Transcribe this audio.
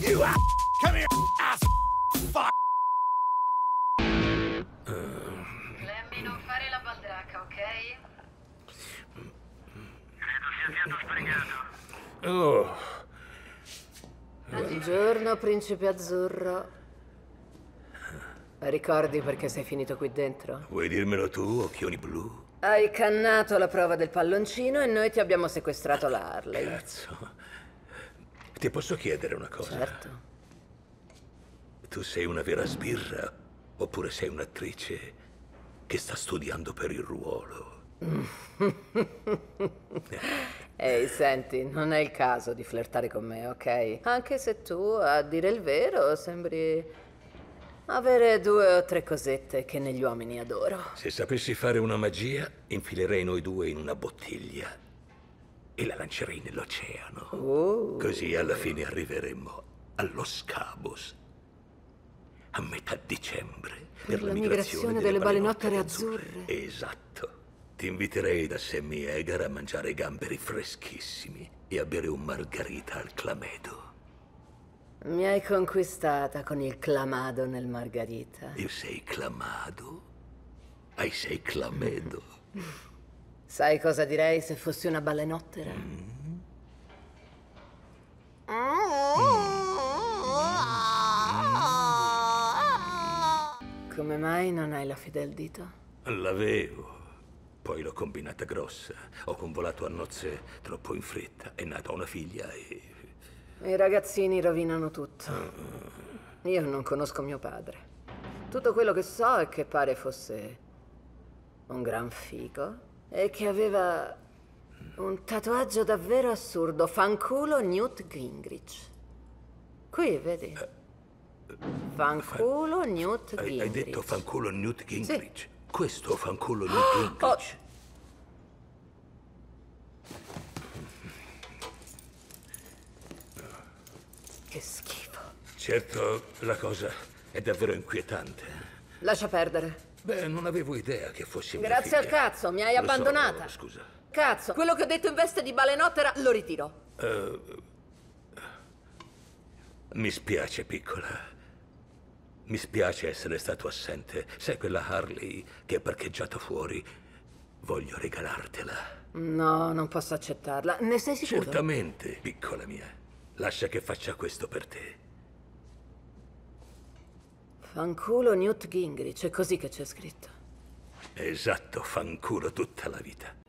You ass! Come here, ass! Fuck! Lemmy, non fare la baldracca, ok? Credo sia stato sbrigato. Oh, Buongiorno, principe azzurro. Ricordi perché sei finito qui dentro? vuoi dirmelo tu, occhioni blu? Hai cannato la prova del palloncino e noi ti abbiamo sequestrato la Harley. Cazzo. Ti posso chiedere una cosa? Certo. Tu sei una vera sbirra oppure sei un'attrice che sta studiando per il ruolo? Ehi, senti, non è il caso di flirtare con me, ok? Anche se tu, a dire il vero, sembri avere due o tre cosette che negli uomini adoro. Se sapessi fare una magia, infilerei noi due in una bottiglia e la lancerei nell'oceano. Oh. Così alla fine arriveremmo allo Scabos. A metà dicembre. Per, la migrazione delle balenottere azzurre. Esatto. Ti inviterei da Sammy Egar a mangiare gamberi freschissimi e a bere un margarita al clamedo. Mi hai conquistata con il clamado nel Margarita. Io sei clamado. Hai sei clamedo. Sai cosa direi se fossi una balenottera? Come mai non hai la fede al dito? L'avevo. Poi l'ho combinata grossa. Ho convolato a nozze troppo in fretta. È nata una figlia e. I ragazzini rovinano tutto. Io non conosco mio padre. Tutto quello che so è che pare fosse un gran figo e che aveva un tatuaggio davvero assurdo, fanculo Newt Gingrich. Qui, vedi? Fanculo Newt Eh, Hai, Gingrich. hai detto fanculo Newt Gingrich? Questo fanculo Newt Oh. Gingrich. Che schifo. Certo, la cosa è davvero inquietante. Lascia perdere. Beh, non avevo idea che fossi una Grazie al figlia. cazzo, mi hai Lo so, abbandonata. scusa. Cazzo, quello che ho detto in veste di balenottera lo ritiro. Mi spiace, piccola. Mi spiace essere stato assente. Sai quella Harley che è parcheggiata fuori? Voglio regalartela. No, non posso accettarla. Ne sei sicuro? Certamente, piccola mia. Lascia che faccia questo per te. Fanculo Newt Gingrich, è così che c'è scritto. Esatto, fanculo tutta la vita.